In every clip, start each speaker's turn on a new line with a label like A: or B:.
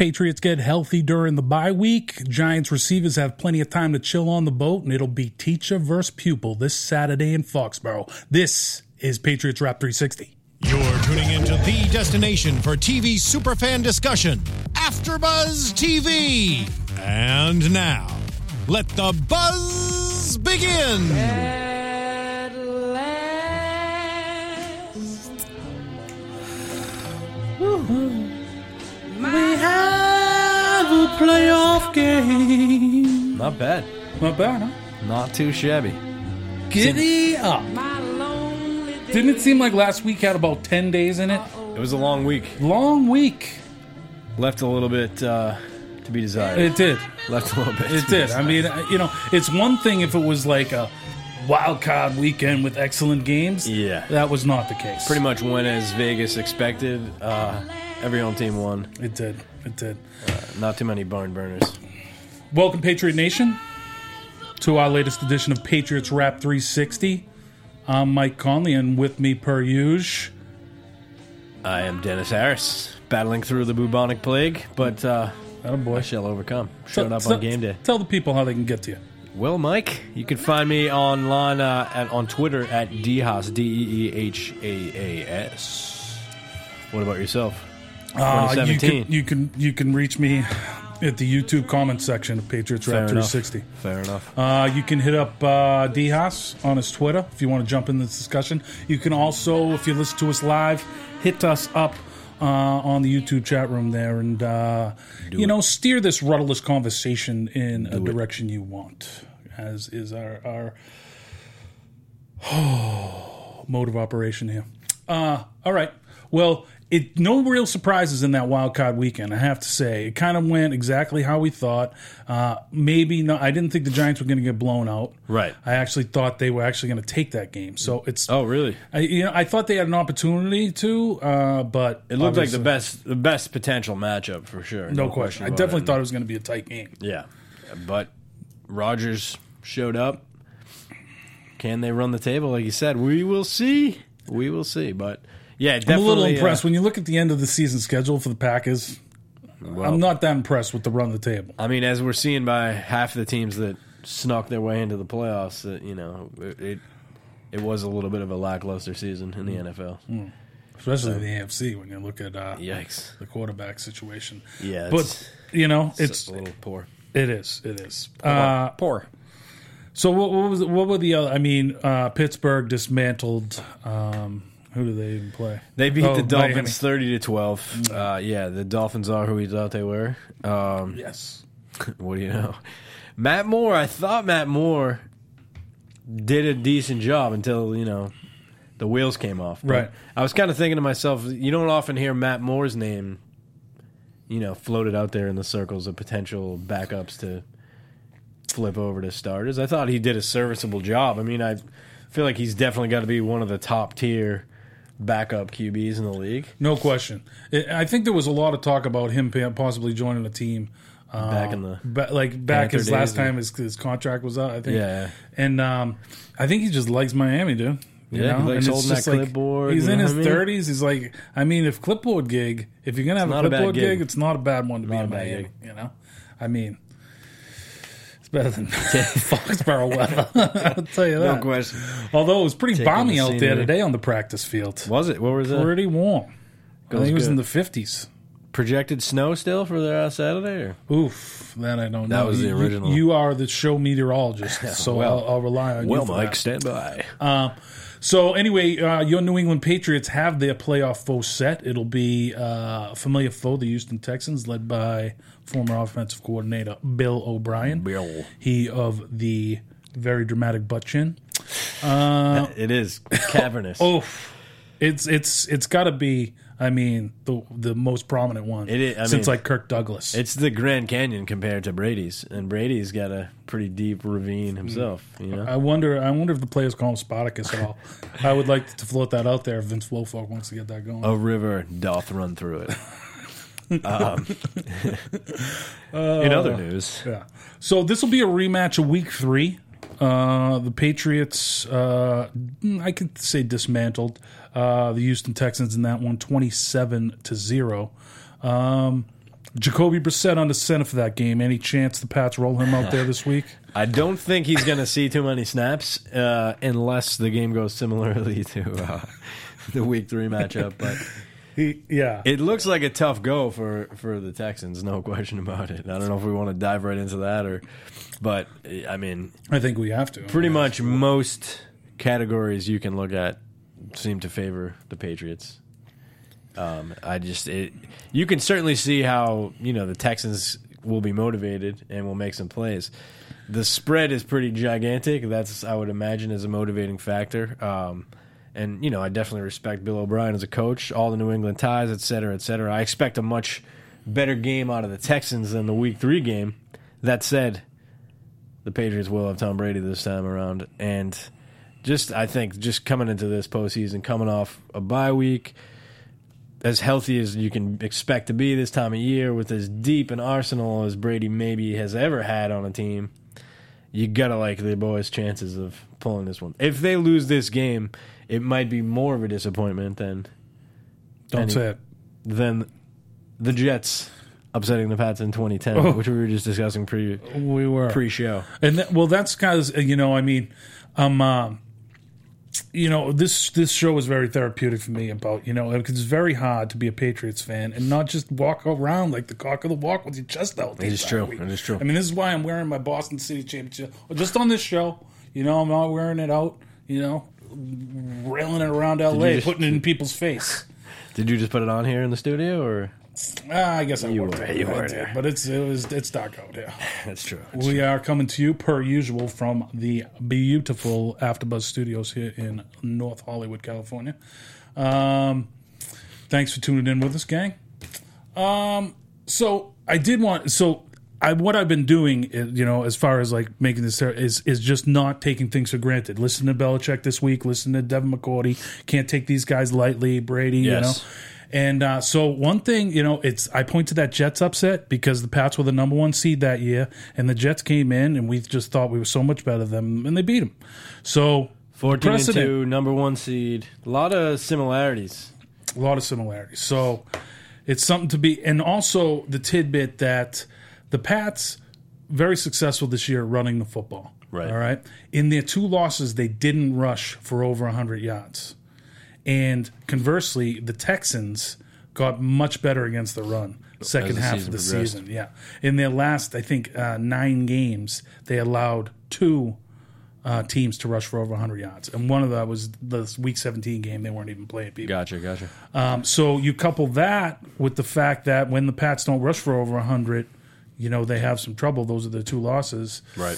A: Patriots get healthy during the bye week. Giants receivers have plenty of time to chill on the boat, and it'll be teacher versus pupil this Saturday in Foxborough. This is Patriots Wrap 360.
B: You're tuning into the destination for TV superfan discussion, AfterBuzz TV. And now, let the buzz begin.
C: We have a playoff game.
D: Not bad.
A: Not bad, huh?
D: Not too shabby.
A: Giddy up. Didn't it seem like last week had about 10 days in it?
D: It was a long week.
A: Long week.
D: Left a little bit uh, to be desired.
A: It did.
D: Left a little bit.
A: It did. I mean, uh, you know, it's one thing if it was like a wild card weekend with excellent games.
D: Yeah.
A: That was not the case.
D: pretty much went as Vegas expected. Uh, every home team won.
A: It did. It did.
D: Not too many barn burners.
A: Welcome, Patriot Nation, to our latest edition of Patriots Wrap 360. I'm Mike Conley, and with me, per usual,
D: I am Dennis Harris, battling through the bubonic plague, but uh,
A: that oh boy.
D: I shall overcome. Showed up
A: Tell-
D: on game day.
A: Tell the people how they can get to you.
D: Well, Mike, you can find me online uh, at, on Twitter at dhas d e e h a a s. What about yourself?
A: Uh, you
D: 2017.
A: can you can you can reach me at the YouTube comment section of Patriots Wrap
D: Fair enough.
A: 360.
D: Fair enough.
A: Uh, you can hit up uh, Dehas on his Twitter if you want to jump in this discussion. You can also, if you listen to us live, hit us up uh, on the YouTube chat room there and, uh, you know, steer this rudderless conversation in a direction you want, as is our, our mode of operation here. Uh, all right. Well, it no real surprises in that wild card weekend. I have to say, it kind of went exactly how we thought. Uh, maybe no, I didn't think the Giants were going to get blown out.
D: Right.
A: I actually thought they were actually going to take that game. So it's
D: Oh, really?
A: I, you know, I thought they had an opportunity to, uh, but
D: It looked like the best, the best potential matchup for sure.
A: No question. I
D: about
A: definitely
D: it.
A: thought it was going to be a tight game.
D: Yeah, but Rogers showed up. Can they run the table? Like you said, we will see. We will see. But yeah,
A: I'm a
D: definitely. uh,
A: little impressed when you look at the end of the season schedule for the Packers. I'm not that impressed with the run of the table.
D: I mean, as we're seeing by half the teams that snuck their way into the playoffs, that you know it. it it was a little bit of a lackluster season in the
A: Mm.
D: NFL.
A: especially
D: uh,
A: the AFC when you look at uh,
D: Yikes.
A: the quarterback situation.
D: Yeah,
A: but
D: it's-
A: you know
D: It's
A: it's
D: a little poor.
A: it is it is. Uh,
D: poor.
A: so what, what was what were the other? I mean, uh, Pittsburgh dismantled. Um, who do they even play?
D: They beat
A: Oh,
D: the
A: Miami. Mm.
D: Dolphins thirty to twelve. Uh, yeah, the Dolphins are who we thought they were. Um,
A: Yes,
D: What do you know? Matt Moore, I thought Matt Moore did a decent job until, you know, the wheels came off. But
A: Right.
D: I was kind of thinking to myself, you don't often hear Matt Moore's name, you know, floated out there in the circles of potential backups to flip over to starters. I thought he did a serviceable job. I mean, I feel like he's definitely got to be one of the top tier backup QBs in the league.
A: no question. It, I think there was a lot of talk about him pa- possibly joining a team. Uh,
D: Back in the-
A: ba- like back
D: Panther
A: his last
D: days.
A: time his, his contract was out, I think.
D: Yeah.
A: and um, I think he just likes Miami, dude. You
D: Yeah, he
A: know?
D: likes
A: And it's
D: holding that
A: just
D: clipboard,
A: He's
D: you
A: in
D: know
A: his
D: what I mean?
A: thirties. He's like, I mean, if clipboard gig, if you're gonna have
D: not
A: a
D: a bad
A: clipboard gig,
D: gig.
A: it's not a bad one to be
D: Not
A: in
D: a bad
A: Miami.
D: gig.
A: You know, I mean, it's better than Foxborough weather. I'll tell you that.
D: question.
A: Although it was pretty balmy
D: the
A: out there
D: scenery.
A: today on the practice field.
D: Was it? What was it?
A: Pretty warm. I think it was
D: good.
A: in the fifties.
D: Projected snow still for the uh, Saturday? Or?
A: Oof, that I don't know.
D: That was the
A: You-
D: original.
A: You, you are the show meteorologist, so
D: Well-
A: I'll, I'll rely on you. for that.
D: stand by.
A: Uh, So anyway, uh, your New England Patriots have their playoff foe set. It'll be uh, a familiar foe, the Houston Texans, led by former offensive coordinator Bill O'Brien.
D: Bill.
A: he of the very dramatic butt chin.
D: it is cavernous.
A: Oh, it's it's it's got to be. I mean, the the most prominent one
D: It is- I
A: since
D: mean-
A: like Kirk Douglas.
D: It's the Grand Canyon compared to Brady's, and Brady's got a pretty deep ravine himself. You know,
A: I wonder. I wonder if the players call him Spartacus at all. I would like to float that out there. if Vince Wilfork wants to get that going.
D: a river doth run through it. Um, in other news,
A: Uh, Yeah. So this will be a rematch of week three. Uh, the Patriots, uh, I could say dismantled uh, the Houston Texans in that one, 27 to 0. Um, Jacoby Brissett on the center for that game. Any chance the Pats roll him out there this week?
D: I don't think he's going to see too many snaps uh, unless the game goes similarly to uh, the week three matchup. But
A: He, yeah.
D: it looks like a tough go for, for the Texans, no question about it. I don't know if we want to dive right into that or, but eh, I mean,
A: I think we have to.
D: pretty much most categories you can look at seem to favor the Patriots. Um, I just it, you can certainly see how you know the Texans will be motivated and will make some plays. The spread is pretty gigantic. That's I would imagine is a motivating factor. Um, and you know I definitely respect Bill O'Brien as a coach, all the New England ties, et cetera, et cetera. I expect a much better game out of the Texans than the Week Three game. That said, the Patriots will have Tom Brady this time around. And just, I think, just coming into this postseason, coming off a bye week, as healthy as you can expect to be this time of year, with as deep an arsenal as Brady maybe has ever had on a team, you gotta like the boys' chances of pulling this one. If they lose this game, it might be more of a disappointment than
A: Don't
D: any-
A: say it.
D: than the Jets upsetting the Pats in 2010,
A: Oh.
D: which we were just discussing pre
A: We were.
D: pre-show.
A: And that, well, that's kind of you know, I mean, um, uh, you know, this this show was very therapeutic for me about you know, 'cause it's very hard to be a Patriots fan and not just walk around like the cock of the walk with your chest out. the
D: It is
A: entire
D: true.
A: week.
D: It is true.
A: I mean, this is why I'm wearing my Boston City championship just on this show. You know, I'm not wearing it out. You know, railing it around L.A.,
D: just-
A: putting it in people's face.
D: Did you just put it on here in the studio, or
A: Ah, I guess I wore
D: were-
A: it.
D: you
A: I
D: were
A: did,
D: there.
A: but it's it was it's dark out here.
D: that's true?
A: We are coming to you per usual from the beautiful AfterBuzz Studios here in North Hollywood, California. Um, thanks for tuning in with us, gang. Um, so I did want so I what I've been doing, uh, you know, as far as like making this ter- is is just not taking things for granted. Listen to Belichick this week. Listen to Devin McCourty. Can't take these guys lightly. Brady, you
D: Yes.
A: know. And uh, so one thing, you know, it's I point to that Jets upset because the Pats were the number one seed that year, and the Jets came in, and we just thought we were so much better than them, and they beat them. So
D: Fourteen and
A: precedent.
D: two, number one seed. A lot of similarities.
A: a lot of similarities. So it's something to be, and also the tidbit that the Pats very successful this year running the football.
D: Right.
A: All right. In their two losses, they didn't rush for over 100 yards, and conversely, the Texans got much better against the run. Second
D: the
A: half of
D: season
A: the
D: progressed.
A: season, yeah. In their last, I think, uh, nine games, they allowed two uh, teams to rush for over 100 yards, and one of that was the Week 17 game. They weren't even playing people.
D: Gotcha, gotcha.
A: Um, so you couple that with the fact that when the Pats don't rush for over 100, you know, they have some trouble. Those are the two losses.
D: Right.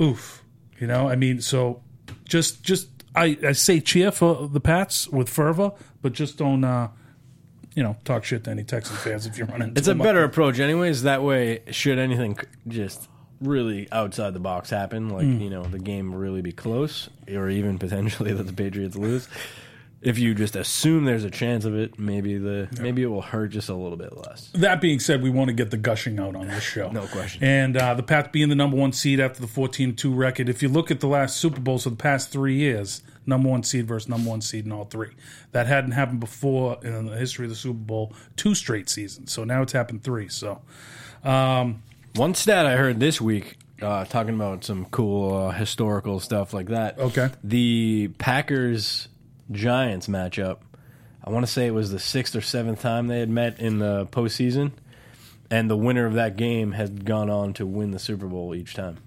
A: Oof. You know, I mean, so just, just, I, I say cheer for the Pats with fervor, but just don't, uh, you know, talk shit to any Texan fans if you're running.
D: It's a better approach, anyways. That way, should anything c- just really outside the box happen, like you know, the game really be close, or even potentially that the Patriots lose. If you just assume there's a chance of it, maybe the maybe it will hurt just a little bit less.
A: That being said, we want to get the gushing out on this show.
D: No question.
A: And uh, the Pats being the number one seed after the 14 2 record. If you look at the last Super Bowl, so the past three years, number one seed versus number one seed in all three. That hadn't happened before in the history of the Super Bowl, two straight seasons. So now it's happened three. So
D: One stat I heard this week, uh, talking about some cool uh, historical stuff like that.
A: Okay.
D: The Packers Giants matchup. I want to say it was the sixth or seventh time they had met in the postseason, and the winner of that game had gone on to win the Super Bowl each time.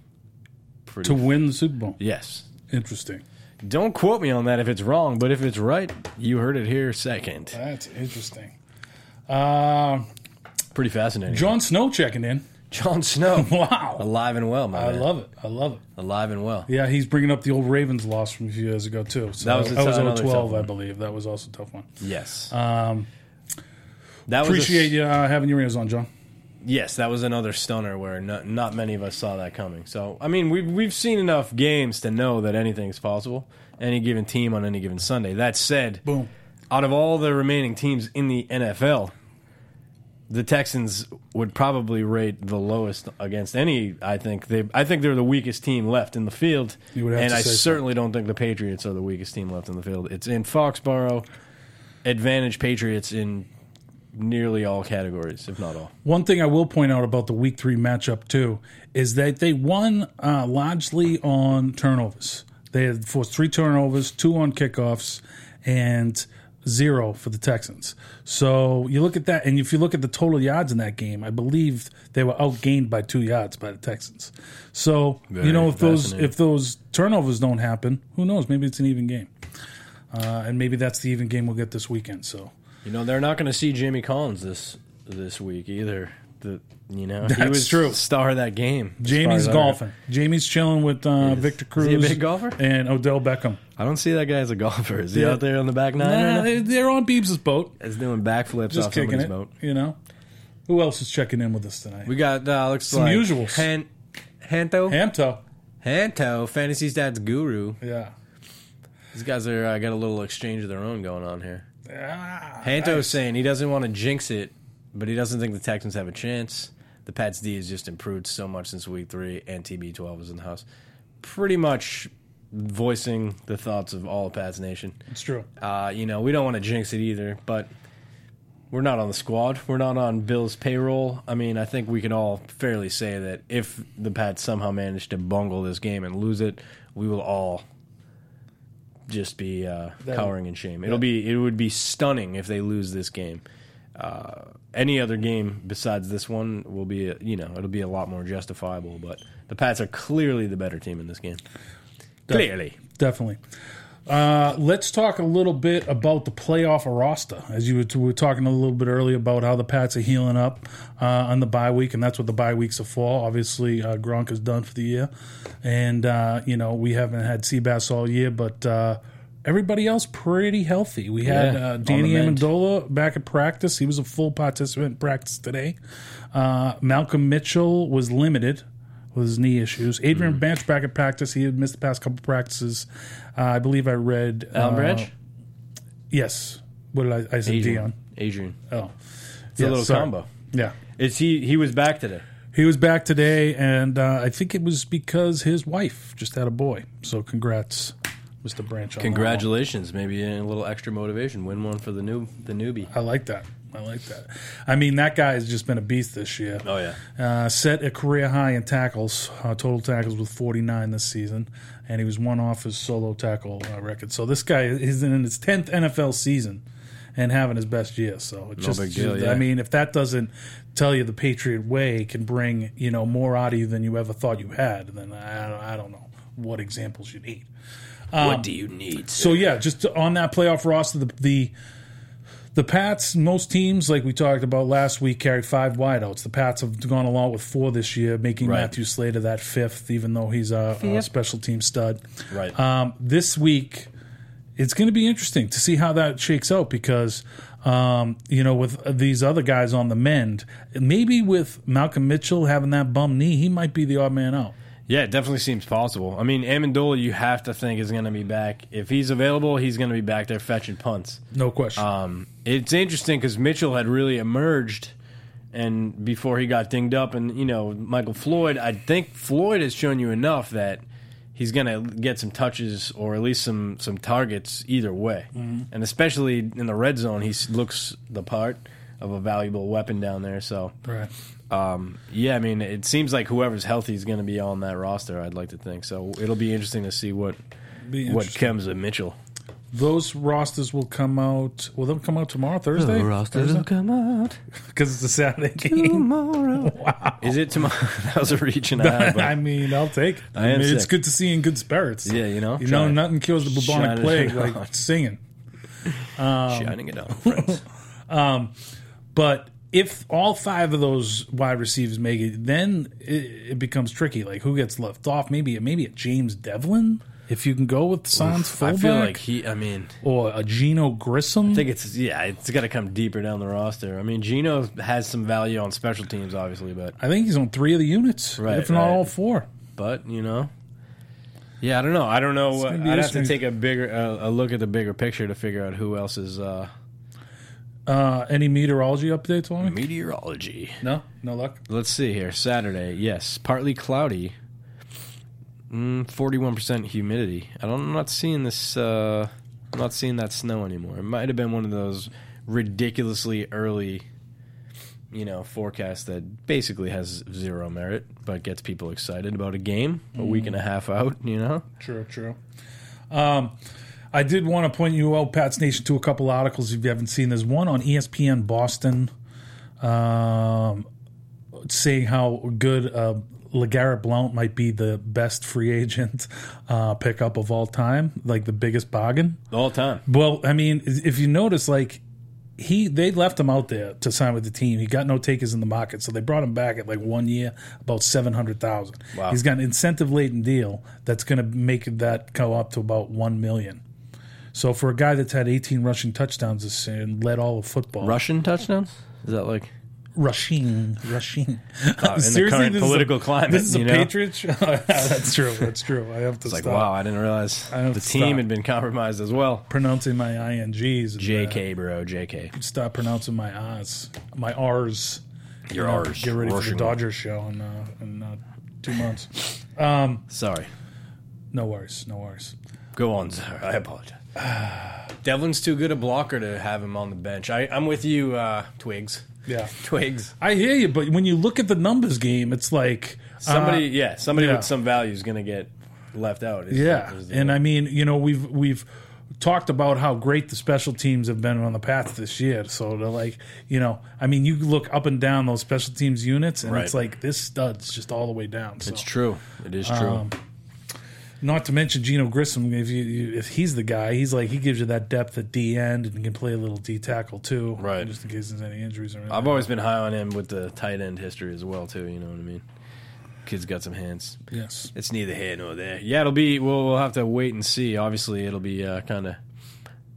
D: Pretty
A: to win the Super Bowl.
D: yes.
A: Interesting.
D: Don't quote me on that if it's wrong, but if it's right, you heard it here second.
A: That's interesting. Uh,
D: Pretty fascinating. John,
A: John Snow checking in.
D: Snow,
A: Wow.
D: alive and well, my
A: I
D: man.
A: love it. I love it.
D: alive and well.
A: Yeah, he's bringing up the old Ravens loss from a few years ago, too. So
D: That was a
A: that was
D: t- another
A: 0-12,
D: tough
A: I
D: one.
A: believe. That was also a tough one.
D: Yes. Um, that was a-
A: Appreciate you uh, having your ears on, John.
D: Yes, that was another stunner where not, not many of us saw that coming. So, I mean, we've, we've seen enough games to know that anything's possible, any given team on any given Sunday. That said,
A: Boom.
D: out of all the remaining teams in the NFL, the Texans would probably rate the lowest against any. I think they. I think they're the weakest team left in the field,
A: You would have
D: and
A: to
D: I
A: say so.
D: certainly don't think the Patriots are the weakest team left in the field. It's in Foxborough. Advantage Patriots in nearly all categories, if not all.
A: One thing I will point out about the week three matchup too is that they won uh, largely on turnovers. They had forced three turnovers, two on kickoffs, and zero for the Texans. So you look at that, and if you look at the total yards in that game, I believe they were outgained by two yards by the Texans. So you know if those
D: fascinating.
A: if those turnovers don't happen, who knows? Maybe it's an even game, uh, and maybe that's the even game we'll get this weekend. So
D: You know, they're not going to see Jamie Collins this this week either. The you know
A: That's
D: he was
A: true.
D: Star of that game. as far
A: Jamie's
D: as I know.
A: golfing. Jamie's chilling with uh, Victor Cruz.
D: Is he a big golfer?
A: And Odell Beckham.
D: I don't see that guy as a golfer. Is he
A: Yeah.
D: out there on the back nine?
A: Nah,
D: right now?
A: they- they're on Beebs' boat.
D: He's doing backflips
A: Just
D: off
A: kicking
D: somebody's
A: it.
D: boat.
A: You know? Who else is checking in with us tonight?
D: We got uh, looks
A: Some
D: like
A: usuals.
D: Han- Hanto,
A: Hamto.
D: Hanto, Fantasy's dad's guru.
A: Yeah.
D: These guys are uh, got a little exchange of their own going on here.
A: Ah,
D: Hanto's
A: nice.
D: saying he doesn't want to jinx it, but he doesn't think the Texans have a chance. The Pats D has just improved so much since week three, and TB12 is in the house. Pretty much voicing the thoughts of all of Pats Nation.
A: It's true.
D: Uh, you know, we don't want to jinx it either, but we're not on the squad. We're not on Bill's payroll. I mean, I think we can all fairly say that if the Pats somehow manage to bungle this game and lose it, we will all just be uh,
A: That-
D: cowering in shame. It'll be it would be stunning if they lose this game. Uh, any other game besides this one will be, you know, it'll be a lot more justifiable. But the Pats are clearly the better team in this game. Clearly,
A: Definitely. Uh, let's talk a little bit about the playoff roster. As you were, we were talking a little bit earlier about how the Pats are healing up uh, on the bye week, and that's what the bye weeks are for. Obviously, uh, Gronk is done for the year, and uh, you know we haven't had Seabass all year, but uh, everybody else pretty healthy. We had
D: Yeah,
A: uh,
D: on
A: Danny
D: the mend.
A: Amendola back at practice; he was a full participant in practice today. Uh, Malcolm Mitchell was limited with his knee issues. Adrian
D: Hmm.
A: Branch back at practice; he had missed the past couple practices. Uh, I believe I read.
D: Alan
A: uh,
D: Branch,
A: Yes. What did I? I said Dion.
D: Adrian.
A: Oh,
D: It's a little combo.
A: Yeah,
D: It's he. He was back today.
A: he was back today, and uh, I think it was because his wife just had a boy. So congrats, Mr. Branch. on that one.
D: Congratulations! Maybe a little extra motivation. Win one for the new the newbie.
A: I like that. I like that. I mean, that guy has just been a beast this year.
D: Oh yeah,
A: Uh, set a career high in tackles, uh, total tackles with 49 this season, and he was one off his solo tackle uh, record. So this guy is in his 10th NFL season and having his best year. So it's just,
D: big deal, yeah.
A: I mean, if that doesn't tell you the Patriot way can bring you know more out of you than you ever thought you had, then I, don't- I don't know what examples you need.
D: what do you need?
A: So yeah, just on that playoff roster, the the, the Pats, most teams like we talked about last week, carry five wideouts. The Pats have gone along with four this year, making
D: Right.
A: Matthew Slater that fifth, even though he's a, a special team stud.
D: Right.
A: Um, this week, it's going to be interesting to see how that shakes out because, um, you know, with these other guys on the mend, maybe with Malcolm Mitchell having that bum knee, he might be the odd man out.
D: yeah, it definitely seems possible. I mean, Amendola, you have to think is going to be back. If he's available, he's going to be back there fetching punts.
A: No question.
D: Um, it's interesting because Mitchell had really emerged, and before he got dinged up, and you know Michael Floyd, I think Floyd has shown you enough that he's going to get some touches or at least some some targets either way,
A: Mm-hmm.
D: and especially in the red zone, he s- looks the part of a valuable weapon down there. So,
A: right.
D: um, yeah, I mean, it seems like whoever's healthy is going to be on that roster. I'd like to think so. It'll be interesting to see what
A: Be
D: what
A: interesting.
D: comes of Mitchell.
A: Those rosters will come out. Will they come out tomorrow, Thursday?
D: come out.
A: because it's a Saturday game.
D: tomorrow. Is it tomorrow? that was a reach and a half.
A: I
D: but
A: mean, I'll take. It.
D: I am
A: mean, it's
D: sick.
A: good to see you in good spirits.
D: Yeah, you know,
A: you
D: try
A: know,
D: it.
A: nothing kills the
D: Shine
A: bubonic
D: it
A: plague
D: on.
A: like singing. um,
D: shining it on, friends.
A: But if all five of those wide receivers make it, then it, it becomes tricky. Like who gets left off? Maybe maybe a James Devlin if you can go with Sans
D: I
A: fullback,
D: feel like he. I mean,
A: or a Geno Grissom.
D: I think it's yeah. It's got to come deeper down the roster. I mean, Gino has some value on special teams, obviously, but
A: I think he's on three of the units,
D: Right,
A: if not
D: right.
A: all four.
D: but you know, yeah, I don't know. I don't know.
A: gonna
D: I'd
A: be
D: have to
A: interesting.
D: take a bigger uh, a look at the bigger picture to figure out who else is uh,
A: Uh, any meteorology updates on me?
D: meteorology.
A: No, no luck.
D: Let's see here. Saturday, yes, partly cloudy. Mm, Forty-one percent humidity. I don't, I'm not seeing this. Uh, I'm not seeing that snow anymore. It might have been one of those ridiculously early, you know, forecast that basically has zero merit, but gets people excited about a game
A: Mm.
D: a week and a half out. You know,
A: True, true. Um, I did want to point you out, Pat's Nation, to a couple articles if you haven't seen. There's one on E ESPN Boston um, saying how good uh, LeGarrette Blount might be the best free agent uh, pickup of all time, like the biggest bargain.
D: all time.
A: Well, I mean, if you notice, like he they left him out there to sign with the team. He got no takers in the market, so they brought him back at like one year, about seven hundred thousand.
D: Wow.
A: He's got an incentive laden deal that's going to make that go up to about one million. So for a guy that's had eighteen rushing touchdowns this year and led all of football,
D: Russian touchdowns? Is that like
A: rushing, rushing.
D: Oh, in the current
A: this is a-
D: political climate?
A: this is
D: you
A: a
D: know?
A: patriot. sh- that's true. That's true. I have to
D: It's like
A: stop
D: wow, I didn't realize
A: have
D: the
A: to
D: team
A: stop.
D: had been compromised as well.
A: pronouncing my ings. and, uh,
D: Jk, bro, Jk.
A: stop pronouncing my R's, my R's.
D: Your
A: know,
D: R's.
A: Get ready for
D: Rushing.
A: the Dodgers show in, uh, in uh, two months.
D: Sorry.
A: No worries, no worries.
D: Go on, sir. I apologize. Devlin's too good a blocker to have him on the bench. I, I'm with you, uh, Twigs.
A: Yeah,
D: Twigs.
A: I hear you, but when you look at the numbers game, it's like
D: Somebody,
A: uh,
D: yeah, somebody
A: yeah.
D: with some value is going to get left out. is-
A: yeah,
D: is the-
A: and I mean, you know, we've we've talked about how great the special teams have been on the path this year. So they're like, you know, I mean, you look up and down those special teams units, and it's
D: Right.
A: like this stud's just all the way down. So.
D: it's true. It is true.
A: Um, Not to mention Geno Grissom. If you, you if he's the guy, he's like he gives you that depth at D end and can play a little D tackle too,
D: Right.
A: Just in case there's any injuries or anything.
D: I've always been high on him with the tight end history as well, too. You know what I mean? Kid's got some hands.
A: yes,
D: It's neither here nor there. Yeah, it'll be. We'll, we'll have to wait and see. Obviously, it'll be uh, kind of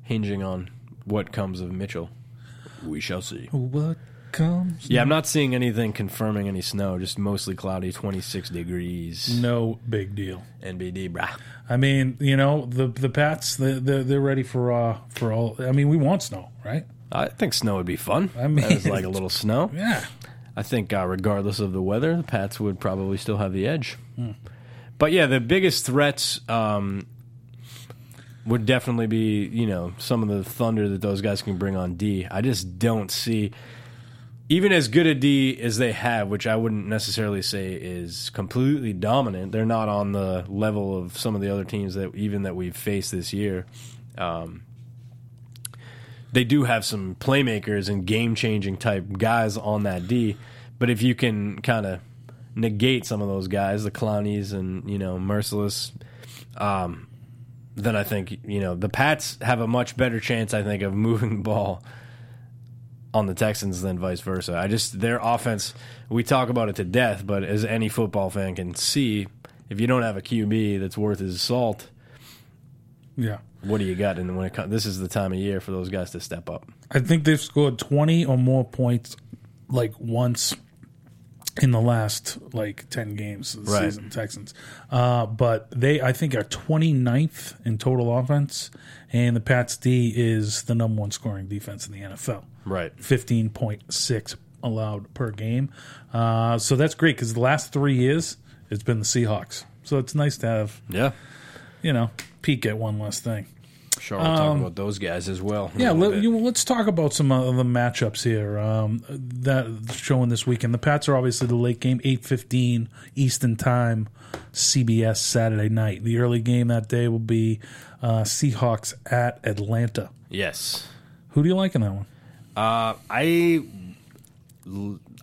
D: hinging on what comes of Mitchell. We shall see.
A: what comes?
D: Yeah, I'm not seeing anything confirming any snow. Just mostly cloudy, 26 degrees.
A: No big deal.
D: NBD, brah.
A: I mean, you know the the Pats, the, the, they're ready for uh for all. I mean, we want snow, right?
D: I think snow would be fun. I
A: mean-
D: like a little snow.
A: Yeah,
D: I think, uh, regardless of the weather, the Pats would probably still have the edge. But yeah, the biggest threats um, would definitely be you know some of the thunder that those guys can bring on D. I just don't see even as good a D as they have, which I wouldn't necessarily say is completely dominant. They're not on the level of some of the other teams that even that we've faced this year. they do have some playmakers and game changing type guys on that D. But if you can kind of negate some of those guys, the Clownies and you know Merciless, um, then I think you know the Pats have a much better chance. I think of moving the ball on the Texans than vice versa. I just their offense. We talk about it to death, but as any football fan can see, if you don't have a QB that's worth his salt,
A: yeah.
D: what do you got? And when it comes, this is the time of year for those guys to step up.
A: I think they've scored twenty or more points like once in the last like 10 games of the
D: Right.
A: season texans uh, but they i think are 29th in total offense and the pats d is the number one scoring defense in the nfl
D: Right.
A: 15.6 allowed per game uh, so that's great because the last three years it's been the seahawks so it's nice to have
D: Yeah.
A: you know peak at one less thing
D: Sure, we'll talk about those guys as well. in
A: Um,
D: a
A: Yeah,
D: little
A: let,
D: bit.
A: you, let's talk about some of the matchups here um, that showing this weekend. The Pats are obviously the late game, eight fifteen Eastern Time, CBS Saturday night. The early game that day will be uh, Seahawks at Atlanta.
D: yes,
A: Who do you like in that one?
D: I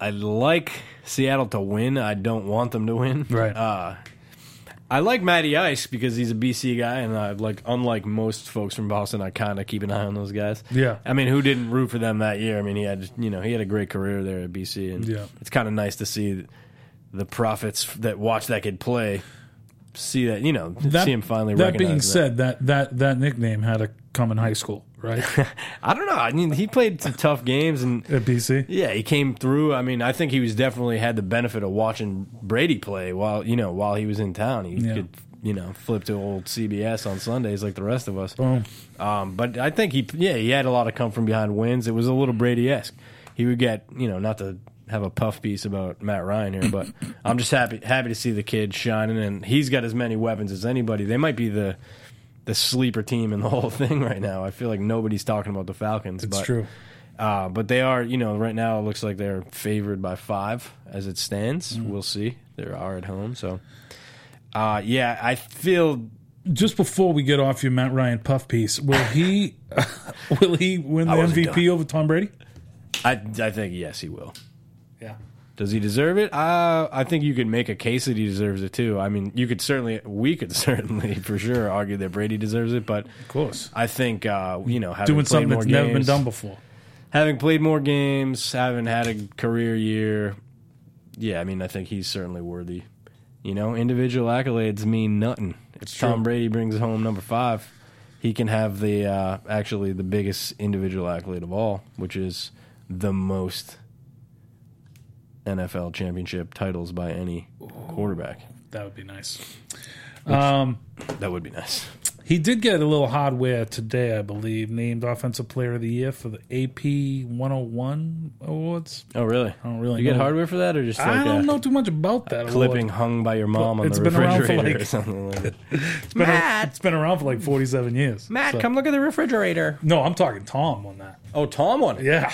D: I like Seattle to win. I don't want them to win.
A: Right.
D: Uh, I like Matty Ice because he's a BC guy, and I like unlike most folks from Boston, I kind of keep an eye on those guys.
A: Yeah.
D: I mean, who didn't root for them that year? I mean, he had you know he had a great career there at BC, and
A: Yeah.
D: it's kind of nice to see the prophets that watch that kid play. See that you know see him finally.
A: That
D: recognize
A: being said, that that that nickname had to come in high school, right?
D: I don't know. I mean, he played some tough games, and
A: at BC.
D: Yeah, he came through. I mean, I think he was definitely had the benefit of watching Brady play while you know while he was in town. He
A: Yeah.
D: could you know flip to old CBS on Sundays like the rest of us.
A: Boom.
D: Um, but I think he yeah he had a lot of come from behind wins. It was a little Brady esque. He would get you know not to have a puff piece about Matt Ryan here, but I'm just happy happy to see the kid shining, and he's got as many weapons as anybody. They might be the the sleeper team in the whole thing right now. I feel like nobody's talking about the Falcons.
A: It's
D: but
A: true.
D: Uh, but they are, you know, right now it looks like they're favored by five as it stands.
A: Mm-hmm.
D: We'll see. They are at home, so uh, yeah, I feel
A: Just before we get off your Matt Ryan puff piece, will he will he win the
D: wasn't
A: MVP over Tom Brady?
D: I I think yes, he will.
A: Yeah.
D: Does he deserve it? Uh, I think you could make a case that he deserves it too. I mean, you could certainly, we could certainly, for sure, argue that Brady deserves it. But
A: Of course.
D: I think uh, you know, having
A: Doing
D: played
A: something
D: more
A: that's
D: games,
A: never been done before.
D: having played more games, having had a career year, yeah, I mean, I think he's certainly worthy. You know, individual accolades mean nothing. If Tom
A: true.
D: Brady brings home number five, he can have the uh, actually the biggest individual accolade of all, which is the most NFL championship titles by any quarterback.
A: That would be nice.
D: That would be nice.
A: He did get a little hardware today, I believe, named Offensive Player of the Year for the AP 101 Awards.
D: Oh, really? I
A: don't really
D: You get
A: know.
D: hardware for that, or just like
A: I don't
D: a
A: know too much about that.
D: clipping
A: Award.
D: hung by your mom on
A: It's
D: the
A: been around for,
D: refrigerator
A: like-
D: or something like that?
A: It's been, Matt. it's been around for like 47 years.
D: Matt,
A: So-
D: come look at the refrigerator.
A: No, I'm talking Tom on that.
D: Oh, Tom won.
A: Yeah.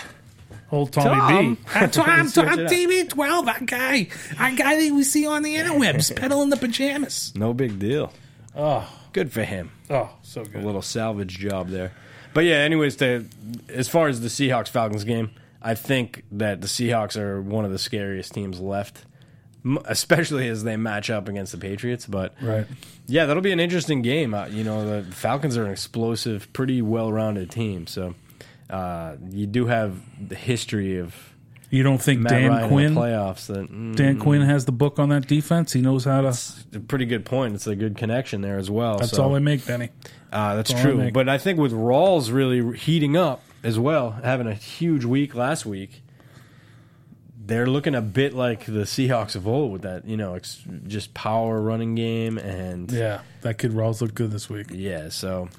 A: Old Tommy
D: Tom.
A: B. I'm Tom, Tom
D: it up.
A: TV12, that guy. That guy that we see on the interwebs peddling the pajamas.
D: No big deal.
A: Oh,
D: Good for him.
A: oh, so
D: A
A: good.
D: little salvage job there. But yeah, anyways, to, as far as the Seahawks Falcons game, I think that the Seahawks are one of the scariest teams left, m- especially as they match up against the Patriots. But
A: Right.
D: yeah, that'll be an interesting game. Uh, you know, the Falcons are an explosive, pretty well rounded team. So uh, you do have the history of
A: You don't think
D: Matt
A: Dan
D: Ryan in the
A: Quinn
D: playoffs that. mm,
A: Dan Quinn has the book on that defense? He knows how to.
D: a pretty good point. It's a good connection there as well.
A: That's
D: so.
A: all I make, Benny.
D: Uh, that's
A: all I
D: true.
A: make.
D: But I think with Rawls really heating up as well, having a huge week last week, they're looking a bit like the Seahawks of old with that, you know, ex- just power running game. And yeah.
A: Yeah, that kid Rawls looked good this week.
D: so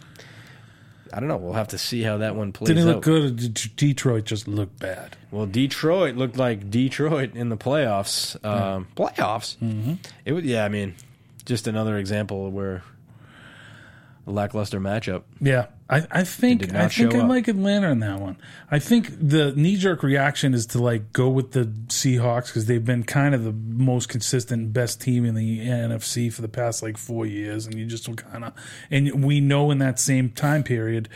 D: I don't know. We'll have to see how that one plays
A: Didn't he
D: out.
A: look good or did D- Detroit just look bad?
D: Well, Detroit looked like Detroit in the playoffs. Um, Playoffs? Mm-hmm. It was, yeah, I mean, just another example where a lackluster matchup.
A: Yeah. I, I
D: They
A: think
D: did not
A: I think
D: show
A: I
D: up.
A: like Atlanta in that one. I think the knee jerk reaction is to like go with the Seahawks because they've been kind of the most consistent best team in the NFC for the past like four years, and you just kind of and we know in that same time period.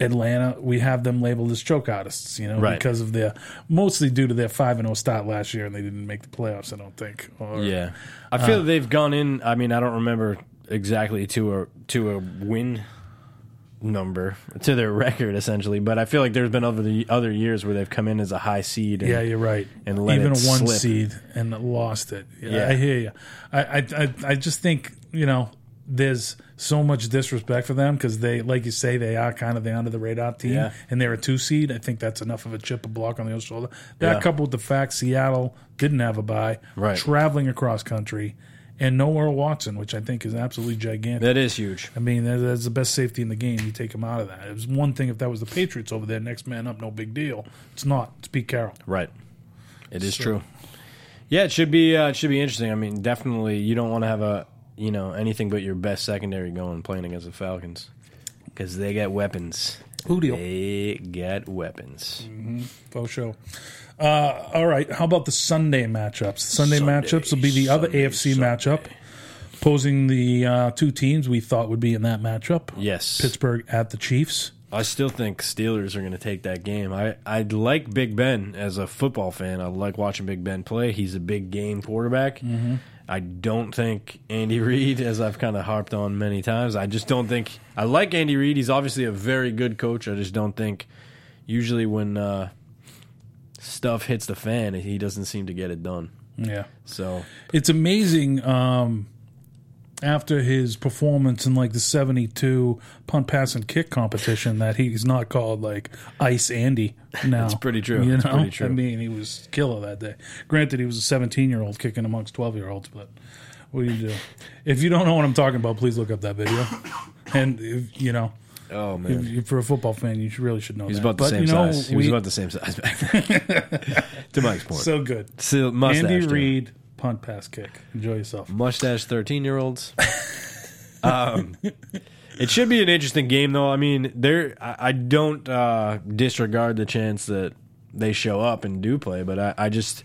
A: Atlanta, we have them labeled as choke artists, you know,
D: Right.
A: because of their mostly due to their five and zero start last year, and they didn't make the playoffs. I don't think. Or,
D: Yeah, I feel they've gone in. I mean, I don't remember exactly to a to a win number to their record essentially, but I feel like there's been other the other years where they've come in as a high seed. And,
A: Yeah, you're right.
D: and let
A: even
D: it
A: a one
D: slip.
A: seed and lost it. Yeah,
D: Yeah.
A: I hear you. I, I I I just think you know there's so much disrespect for them because they, like you say, they are kind of the under the radar team,
D: Yeah.
A: and they're a two seed. I think that's enough of a chip, a block on the other shoulder. That
D: Yeah.
A: coupled with the fact Seattle didn't have a bye,
D: Right.
A: traveling across country, and no Earl Watson, which I think is absolutely gigantic.
D: that is huge.
A: I mean, that- that's the best safety in the game. You take him out of that. It was one thing if that was the Patriots over there, next man up, no big deal. It's not. It's Pete Carroll.
D: Right, it is true. Yeah, it should be uh, it should be interesting. I mean, definitely you don't want to have a you know anything but your best secondary going playing against the Falcons because they got weapons.
A: Who deal?
D: They got weepons.
A: Mm. Faux show. Uh, all right. How about the Sunday matchups? Sunday,
D: Sunday,
A: matchups will be the other
D: Sunday,
A: AFC
D: Sunday.
A: matchup, posing the uh, two teams we thought would be in that matchup.
D: Yes,
A: Pittsburgh at the Chiefs.
D: I still think Steelers are going to take that game. I I like Big Ben as a football fan. I like watching Big Ben play. He's a big game quarterback.
A: Mm-hmm.
D: I don't think Andy Reid, as I've kind of harped on many times, I just don't think I like Andy Reid. He's obviously a very good coach. I just don't think usually when uh, stuff hits the fan, he doesn't seem to get it done.
A: Yeah.
D: So
A: It's amazing. Um, after his performance in like the 72 punt pass and kick competition that he's not called like ice andy now it's
D: pretty true.
A: you
D: It's
A: know?
D: pretty true.
A: i mean he was killer that day granted he was a 17 year old kicking amongst 12 year olds but what do you do if you don't know what i'm talking about please look up that video and if, you know
D: oh
A: if, if you're a football fan you should, really should know
D: he's
A: that.
D: about the
A: but
D: same
A: you know
D: size. He
A: we,
D: was about the same size back then. to Mike's point,
A: so good
D: Still mustache.
A: andy
D: too.
A: reid punt pass kick enjoy yourself
D: mustache 13 year olds. um, It should be an interesting game, though. I mean, there I, I don't uh, disregard the chance that they show up and do play, but I, I just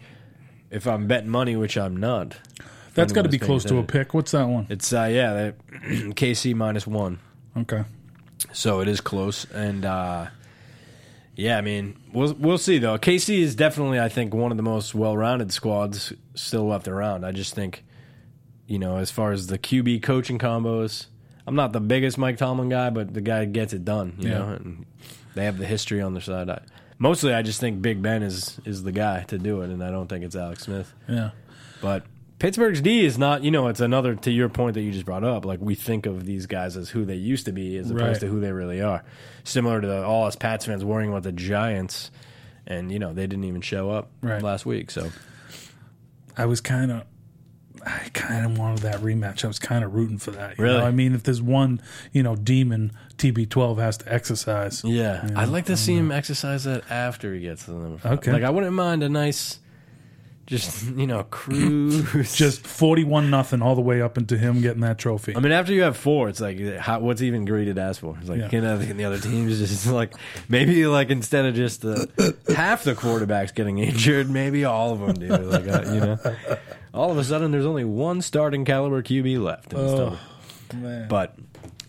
D: if I'm betting money, which I'm not,
A: That's got to
D: anyone's
A: be
D: paying
A: close to a
D: attention.
A: pick. What's that one?
D: it's uh, yeah, that KC minus one,
A: Okay.
D: so it is close, and uh, yeah, I mean, we'll we'll see though. KC is definitely, I think, one of the most well-rounded squads still left around. I just think, you know, as far as the QB coaching combos, I'm not the biggest Mike Tomlin guy, but the guy gets it done. You
A: Yeah.
D: know, and they have the history on their side. I, mostly, I just think Big Ben is is the guy to do it, and I don't think it's Alex Smith.
A: Yeah.
D: But Pittsburgh's D is not, you know, it's another to your point that you just brought up. Like we think of these guys as who they used to be as opposed
A: Right.
D: to who they really are. Similar to the, all us Pats fans worrying about the Giants, and you know they didn't even show up
A: Right.
D: last week. So
A: I was kind of. I kind of wanted that rematch. I was kind of rooting for that. you
D: Really?
A: know? I mean, if there's one, you know, demon TB12 has to exercise.
D: yeah, I'd like to see him exercise that after he gets to the number five.
A: Okay.
D: like I wouldn't mind a nice, just you know, cruise.
A: Just 41 nothing all the way up into him getting that trophy.
D: I mean, after you have four, it's like, how, what's even greedy to ask for? It's like,
A: Yeah.
D: can, other, can the other teams just like, maybe like instead of just the, half the quarterbacks getting injured, maybe all of them do. Like, uh, you know, all of a sudden there's only one starting caliber QB left. In the
A: Oh,
D: stomach. But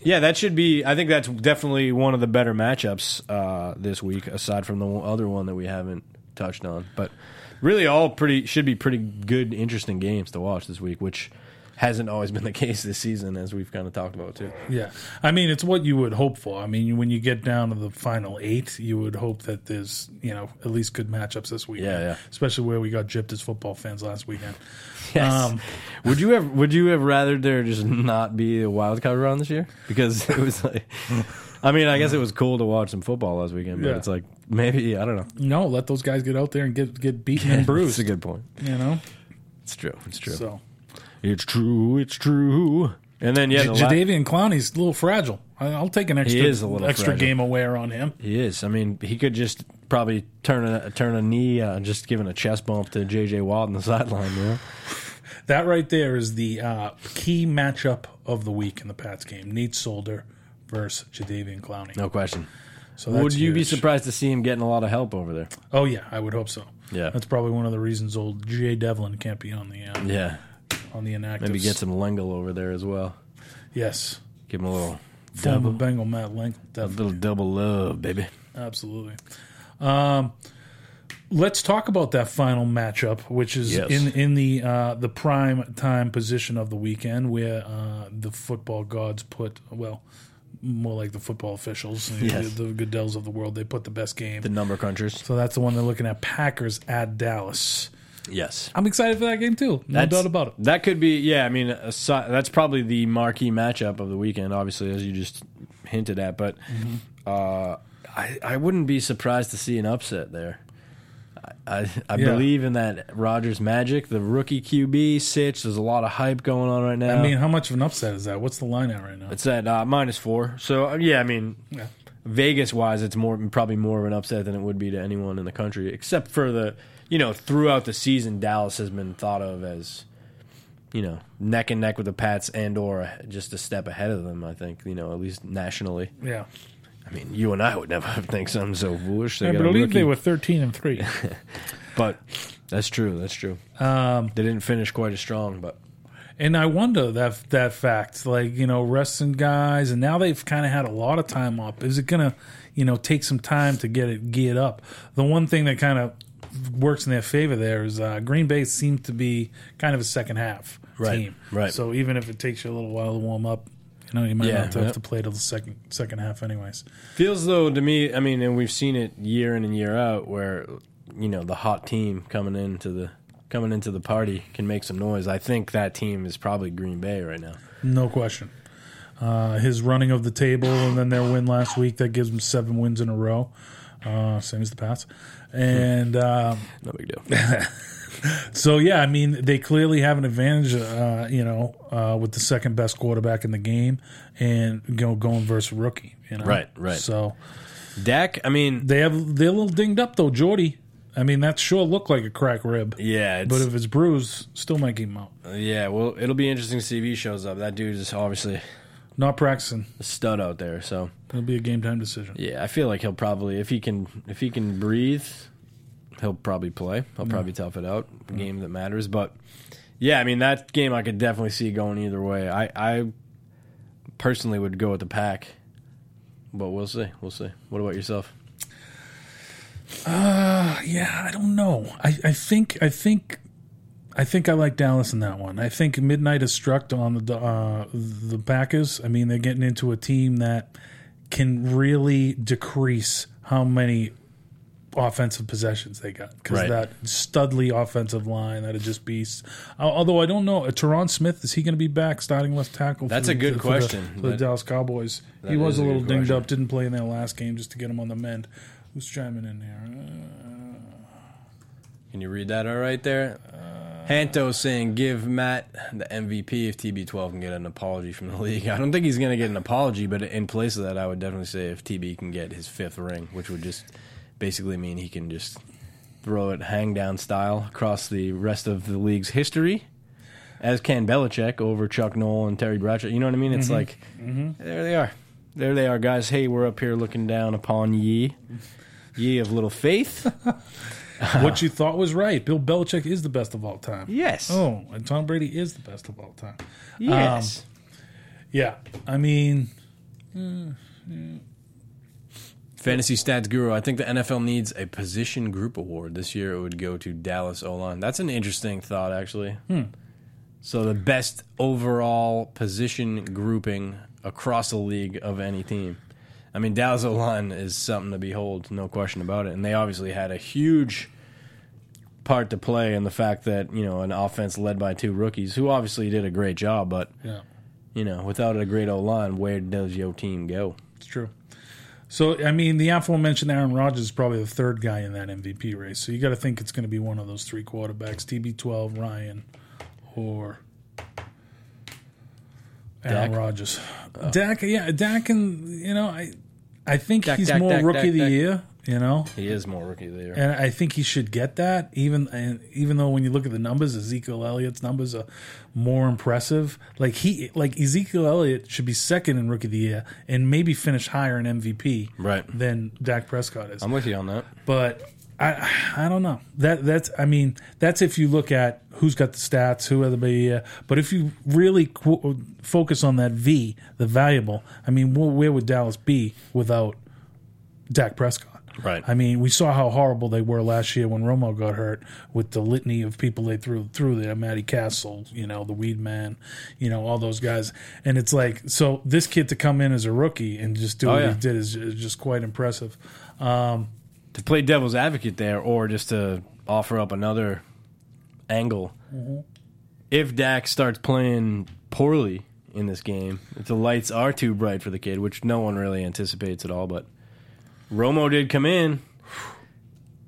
D: yeah, that should be. I think that's definitely one of the better matchups uh, this week, aside from the one- other one that we haven't touched on. But really, all pretty should be pretty good, interesting games to watch this week, which hasn't always been the case this season, as we've kind of talked about too.
A: Yeah, I mean it's what you would hope for. I mean, when you get down to the final eight, you would hope that there's you know at least good matchups this weekend.
D: Yeah, yeah.
A: Especially where we got gypped as football fans last weekend.
D: Yes.
A: Um,
D: would you have Would you have rather there just not be a wild card round this year? Because it was like, I mean, I guess it was cool to watch some football last weekend, but
A: Yeah.
D: it's like maybe I don't know.
A: No, let those guys get out there and get get beaten and
D: It's
A: bruised.
D: a good point.
A: You know,
D: It's true. It's true.
A: so
D: It's true. It's true. And then yeah,
A: J-
D: the la-
A: Jadavian Clowney's a little fragile. I- I'll take an extra
D: is a little
A: extra
D: fragile.
A: game aware on him.
D: he is. I mean, he could just probably turn a turn a knee, uh, just giving a chest bump to J.J. Watt on the sideline. You know?
A: That right there is the uh, key matchup of the week in the Pats game: Nate Solder versus Jadavian Clowney.
D: No question.
A: So that's
D: Would you be
A: huge.
D: surprised to see him getting a lot of help over there?
A: Oh yeah, I would hope so.
D: Yeah.
A: that's probably one of the reasons old Jay Devlin can't be on the uh,
D: Yeah,
A: on the inactive.
D: maybe get some Lengel over there as well.
A: yes,
D: Give him a little
A: former Bengal Matt Link.
D: a
A: Definitely,
D: little double love, baby.
A: absolutely. Um, let's talk about that final matchup, which is
D: Yes.
A: in in the uh, the prime time position of the weekend, where uh, the football gods put well. More like the football officials,
D: Yes.
A: the, the Goodells of the world. They put the best game.
D: The number crunchers.
A: so that's the one they're looking at. Packers at Dallas.
D: Yes.
A: I'm excited for that game too. No
D: That's-
A: doubt about it.
D: That could be, yeah. I mean, aside, that's probably the marquee matchup of the weekend, obviously, as you just hinted at. But
A: Mm-hmm.
D: uh, I, I wouldn't be surprised to see an upset there. I, I, I
A: Yeah.
D: believe in that Rogers magic. The rookie QB Sitch. There's a lot of hype going on right now.
A: I mean, how much of an upset is that? What's the line at right now?
D: it's at uh, minus four. So uh, yeah, I mean,
A: Yeah.
D: Vegas wise, it's more probably more of an upset than it would be to anyone in the country, except for the you know throughout the season, Dallas has been thought of as you know neck and neck with the Pats and or just a step ahead of them. I think you know at least nationally.
A: Yeah,
D: I mean, you and I would never think something so foolish. They
A: I
D: got a
A: believe they
D: rookie,
A: were thirteen and three.
D: but that's true. That's true.
A: um,
D: They didn't finish quite as strong, but
A: and I wonder that that fact, like you know, resting guys, and now they've kind of had a lot of time up. Is it gonna, you know, take some time to get it geared up? The one thing that kind of works in their favor there is uh, Green Bay seems to be kind of a second half
D: Right,
A: team.
D: right.
A: So even if it takes you a little while to warm up, you know, you might
D: Yeah,
A: not have
D: yeah.
A: to play till the second second half, anyways.
D: Feels though to me, I mean, and we've seen it year in and year out, where you know the hot team coming into the coming into the party can make some noise. I think that team is probably Green Bay right now.
A: No question. Uh, his running of the table and then their win last week that gives them seven wins in a row, uh, same as the Pats. And um,
D: No big deal.
A: so, yeah, I mean, they clearly have an advantage, uh, you know, uh, with the second best quarterback in the game and you know, going versus rookie. You know?
D: Right, right.
A: So
D: Dak, I mean,
A: they have they're a little dinged up though, Jordy. I mean, that sure looked like a crack rib,
D: yeah, it's,
A: but if it's bruised, still might keep him out.
D: yeah. Well, it'll be interesting to see if he shows up. That dude is obviously
A: Not practicing.
D: a stud out there. So
A: It'll be a game time decision.
D: yeah, I feel like he'll probably if he can if he can breathe, he'll probably play. He'll probably tough it out. A game that matters, but yeah, I mean that game I could definitely see going either way. I I personally would go with the pack, but we'll see. We'll see. What about yourself?
A: Yeah, I don't know. I, I think I think I think I like Dallas in that one. I think midnight is struck on the uh, the Packers. I mean, they're getting into a team that can really decrease how many offensive possessions they got because
D: Right.
A: that studly offensive line that are just beasts. Al- Although I don't know, uh, Teron Smith is he going to be back starting left tackle? for
D: That's
A: the-
D: a good
A: for the-
D: question.
A: for the
D: That-
A: Dallas Cowboys. He was
D: is
A: a
D: a
A: little
D: good
A: dinged
D: question.
A: up, didn't play in their last game just to get him on the mend. Who's chiming in there?
D: Can you read that all right there? Uh, Hanto saying, give Matt the MVP if TB12 can get an apology from the league. I don't think he's going to get an apology, but in place of that, I would definitely say if TB can get his fifth ring, which would just basically mean he can just throw it hang down style across the rest of the league's history, as can Belichick over Chuck Noll and Terry Bradshaw. You know what I mean? It's like, there they are. There they are, guys. Hey, we're up here looking down upon ye, ye of little faith.
A: what
D: Uh-huh.
A: you thought was right. Bill Belichick is the best of all time.
D: Yes.
A: Oh, and Tom Brady is the best of all time. Um,
D: Yes.
A: Yeah. I mean,
D: Fantasy stats guru. I think the NFL needs a position group award this year. It would go to Dallas O line. That's an interesting thought, actually. So the best overall position grouping across the league of any team. I mean, Dallas O line is something to behold, no question about it. And they obviously had a huge part to play in the fact that you know an offense led by two rookies who obviously did a great job, but
A: yeah,
D: you know without a great O line, where does your team go?
A: it's true. So, I mean, the aforementioned Aaron Rodgers is probably the third guy in that MVP race. So you got to think it's going to be one of those three quarterbacks TB12, Ryan, or Aaron
D: Dak? Oh.
A: Rodgers. Dak, yeah, Dak, and, you know, I, I think
D: Dak,
A: he's
D: Dak,
A: more
D: Dak,
A: rookie
D: Dak,
A: of the
D: Dak.
A: year, you know?
D: He is more rookie of the year.
A: and I think he should get that. Even and even though when you look at the numbers, Ezekiel Elliott's numbers are more impressive. Like he, like Ezekiel Elliott should be second in Rookie of the Year and maybe finish higher in MVP
D: Right.
A: than Dak Prescott is.
D: I'm with you on that.
A: but I, I don't know. That that's I mean that's if you look at who's got the stats, who are the uh, but if you really qu- focus on that V, the valuable. I mean, wh- where would Dallas be without Dak Prescott?
D: Right.
A: I mean, we saw how horrible they were last year when Romo got hurt with the litany of people they threw through there, Matty Castle, you know, the Weed Man, you know, all those guys. And it's like, so this kid to come in as a rookie and just do what
D: Oh, yeah.
A: he did is, is just quite impressive.
D: to play devil's advocate there, or just to offer up another angle.
A: Mm-hmm.
D: If Dak starts playing poorly in this game, if the lights are too bright for the kid, which no one really anticipates at all, but Romo did come in.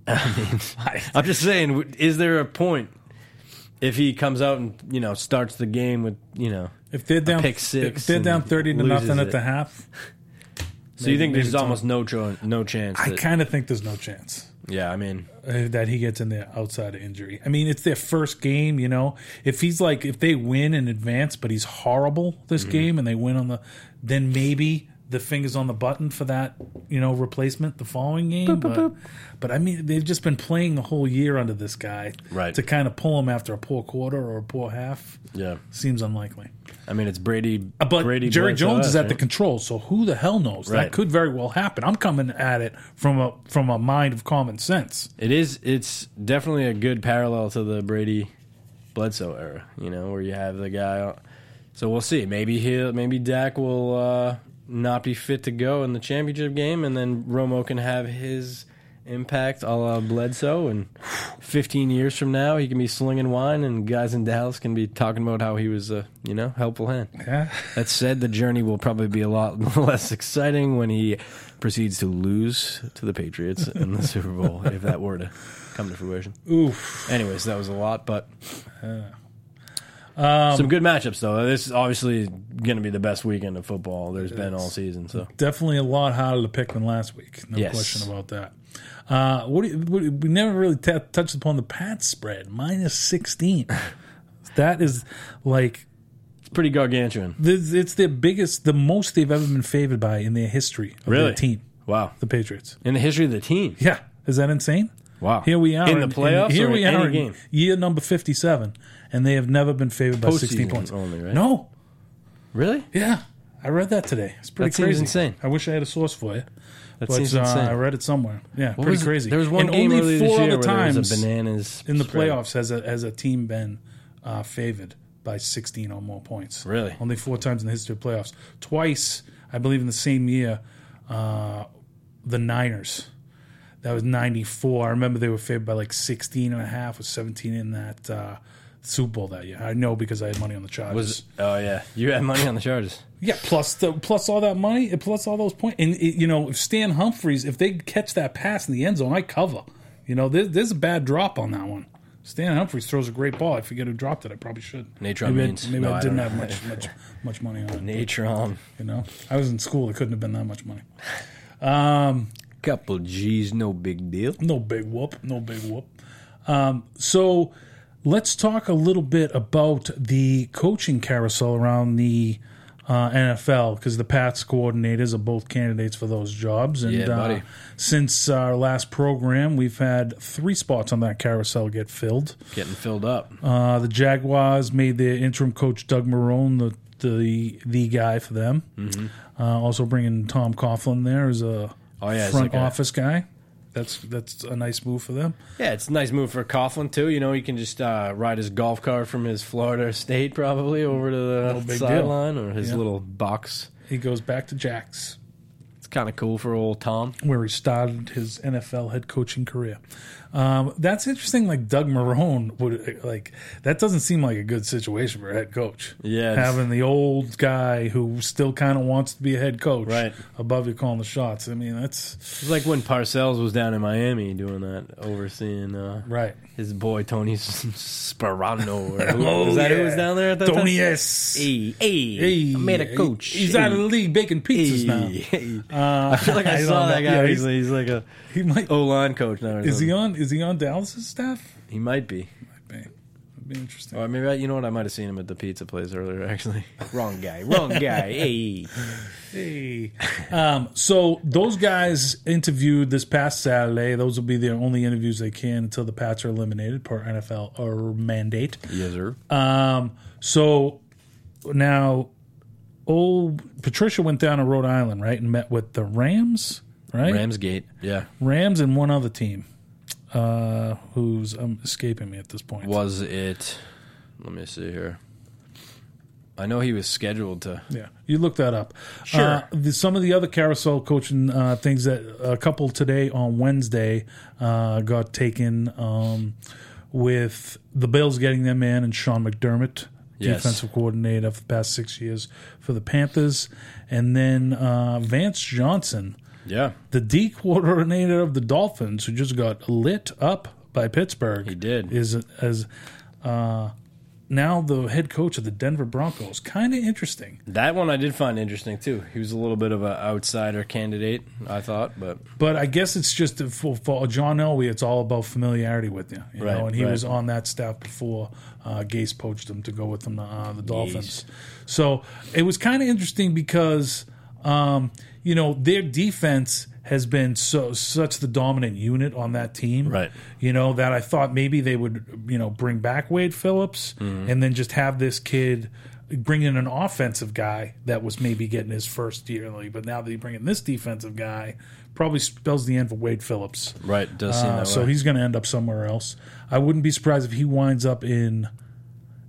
D: I mean, I'm just saying, w- is there a point if he comes out and you know starts the game with you know?
A: If they're down,
D: pick six
A: if they're down
D: and
A: thirty to
D: loses
A: nothing at
D: it.
A: the half,
D: So you think there's almost no cho- no chance?
A: I
D: that-
A: kind of think there's no chance
D: yeah, I mean,
A: uh, that he gets in there outside of injury. I mean, it's their first game, you know. If he's like, if they win in advance, but he's horrible this
D: Mm-hmm.
A: game, and they win on the, then maybe the fingers on the button for that, you know, replacement the following game. but, but I mean, they've just been playing the whole year under this guy,
D: Right.
A: To kind of pull him after a poor quarter or a poor half
D: yeah,
A: seems unlikely.
D: I mean it's Brady.
A: Uh, But
D: Brady
A: Jerry
D: Blanchard,
A: Jones is at the
D: right?
A: control, so who the hell knows?
D: Right.
A: That could very well happen. I'm coming at it from a from a mind of common sense.
D: It is. It's definitely a good parallel to the Brady Bledsoe era. You know, where you have the guy. So we'll see. Maybe he'll. Maybe Dak will uh, not be fit to go in the championship game, and then Romo can have his impact a la Bledsoe. And 15 years from now, he can be slinging wine, and guys in Dallas can be talking about how he was a you know helpful hand.
A: Yeah.
D: That said, the journey will probably be a lot less exciting when he proceeds to lose to the Patriots in the Super Bowl, if that were to come to fruition.
A: Oof. Uh,
D: Anyways, that was a lot, but
A: um,
D: some good matchups though. This is obviously going to be the best weekend of football there's been all season. So
A: Definitely a lot harder to pick than last week. No
D: Yes.
A: question about that. Uh, what, do you, what do you- we never really t- touched upon the Pat spread minus sixteen. that is like
D: It's pretty gargantuan.
A: This- It's their biggest, the most they've ever been favored by in their history of
D: Really?
A: their team,
D: Wow.
A: the Patriots.
D: In the history of the team.
A: Yeah, is that insane?
D: Wow.
A: Here we are
D: Oh. in the
A: in-
D: playoffs.
A: in- here
D: or
A: we
D: in
A: are
D: any
A: in
D: game.
A: year number fifty-seven, and they have never been favored by sixteen
D: Postseason
A: points.
D: only, right?
A: No,
D: Really?
A: yeah, I read that today. It's pretty
D: That seems
A: crazy.
D: insane.
A: I wish I had a source for you.
D: That
A: But,
D: seems
A: uh,
D: insane.
A: I read it somewhere. Yeah,
D: What
A: pretty
D: was it?
A: crazy.
D: There was one
A: and
D: game
A: only
D: earlier
A: four
D: this year
A: other
D: where
A: times
D: there was a bananas
A: in the
D: spread.
A: playoffs has a has a team been uh, favored by 16 or more points.
D: Really?
A: only four times in the history of playoffs. Twice, I believe, in the same year, uh, the Niners. That was 94. I remember they were favored by like 16 and a half or 17 in that uh, Super Bowl that year. I know because I had money on the Chargers.
D: Was oh yeah, you had money on the Chargers.
A: Yeah, plus the plus all that money, and plus all those points, and it, you know if Stan Humphreys if they catch that pass in the end zone, I cover. You know, there, there's a bad drop on that one. Stan Humphreys throws a great ball. I forget who dropped it. I probably should.
D: Natron
A: maybe
D: Means.
A: I, maybe
D: No,
A: I
D: I
A: didn't
D: don't
A: have much much much money on it.
D: Natron,
A: You know, I was in school. It couldn't have been that much money.
D: couple G's, no big deal.
A: No big whoop. No big whoop. Um, so let's talk a little bit about the coaching carousel around the uh, NFL because the Pats coordinators are both candidates for those jobs. And
D: Yeah, buddy.
A: Uh, since our last program, we've had three spots on that carousel get filled.
D: Getting filled up.
A: Uh, the Jaguars made their interim coach Doug Marone the the the guy for them.
D: Mm-hmm.
A: Uh, also bringing Tom Coughlin there as a
D: Oh, yeah, he's
A: front
D: like a-
A: office guy. That's that's a nice move for them.
D: Yeah, it's a nice move for Coughlin too. You know, he can just uh, ride his golf cart from his Florida state probably over to the
A: big
D: sideline or his
A: Yeah.
D: little box.
A: He goes back to Jack's,
D: It's kind of cool for old Tom.
A: where he started his NFL head coaching career. Um, that's interesting. Like Doug Marone would like that doesn't seem like a good situation for a head coach.
D: Yeah, it's-
A: having the old guy who still kind of wants to be a head coach,
D: Right.
A: above you calling the shots. I mean, that's
D: It's like when Parcells was down in Miami doing that, overseeing uh,
A: right.
D: his boy Tony Sperano. Or who,
A: Oh,
D: is that
A: yeah.
D: who was down there at that
A: Tony
D: time?
A: S.
D: Hey, hey,
A: Hey,
D: I made a coach.
A: He's out of the league baking pizzas
D: Hey,
A: now.
D: hey.
A: Uh,
D: I feel like I,
A: don't
D: saw
A: know.
D: that guy.
A: Yeah,
D: he's,
A: he's-
D: he's like a
A: he might.
D: O line coach now. or
A: Is he
D: something.
A: on? Is he on Dallas's staff?
D: He might be.
A: Man, That'd be interesting.
D: Or maybe I, you know what? I might have seen him at the pizza place earlier. Actually, wrong guy. Wrong guy. hey,
A: Hey. Um, so those guys interviewed this past Saturday. Those will be their only interviews they can until the Pats are eliminated per NFL or mandate.
D: yes sir.
A: Um, so now, old Patricia went down to Rhode Island, right, and met with the Rams, right?
D: Ramsgate. Yeah,
A: Rams and one other team, uh, who's um, escaping me at this point.
D: was it? Let me see here. I know he was scheduled to.
A: Yeah, you look that up.
D: Sure.
A: Uh, the, some of the other carousel coaching uh, things that a couple today on Wednesday uh, got taken um, with the Bills getting them in and Sean McDermott,
D: Yes.
A: defensive coordinator for the past six years for the Panthers, and then uh, Vance Johnson,
D: Yeah,
A: the D coordinator of the Dolphins, who just got lit up by Pittsburgh.
D: He did.
A: Is as uh, now the head coach of the Denver Broncos. Kind of interesting.
D: that one I did find interesting too. He was a little bit of an outsider candidate, I thought, but
A: But I guess it's just for, for John Elway, it's all about familiarity with you, you
D: Right,
A: know. And he
D: right.
A: was on that staff before uh, Gase poached him to go with them to uh, the Dolphins. So it was kind of interesting because um, you know their defense has been so such the dominant unit on that team,
D: Right.
A: You know that I thought maybe they would you know bring back Wade Phillips and then just have this kid. Bring in an offensive guy that was maybe getting his first year in the league, but now that you bring in this defensive guy, probably spells the end for Wade Phillips.
D: right does seem
A: Uh,
D: that
A: so
D: way.
A: he's going to end up somewhere else. I wouldn't be surprised if he winds up in.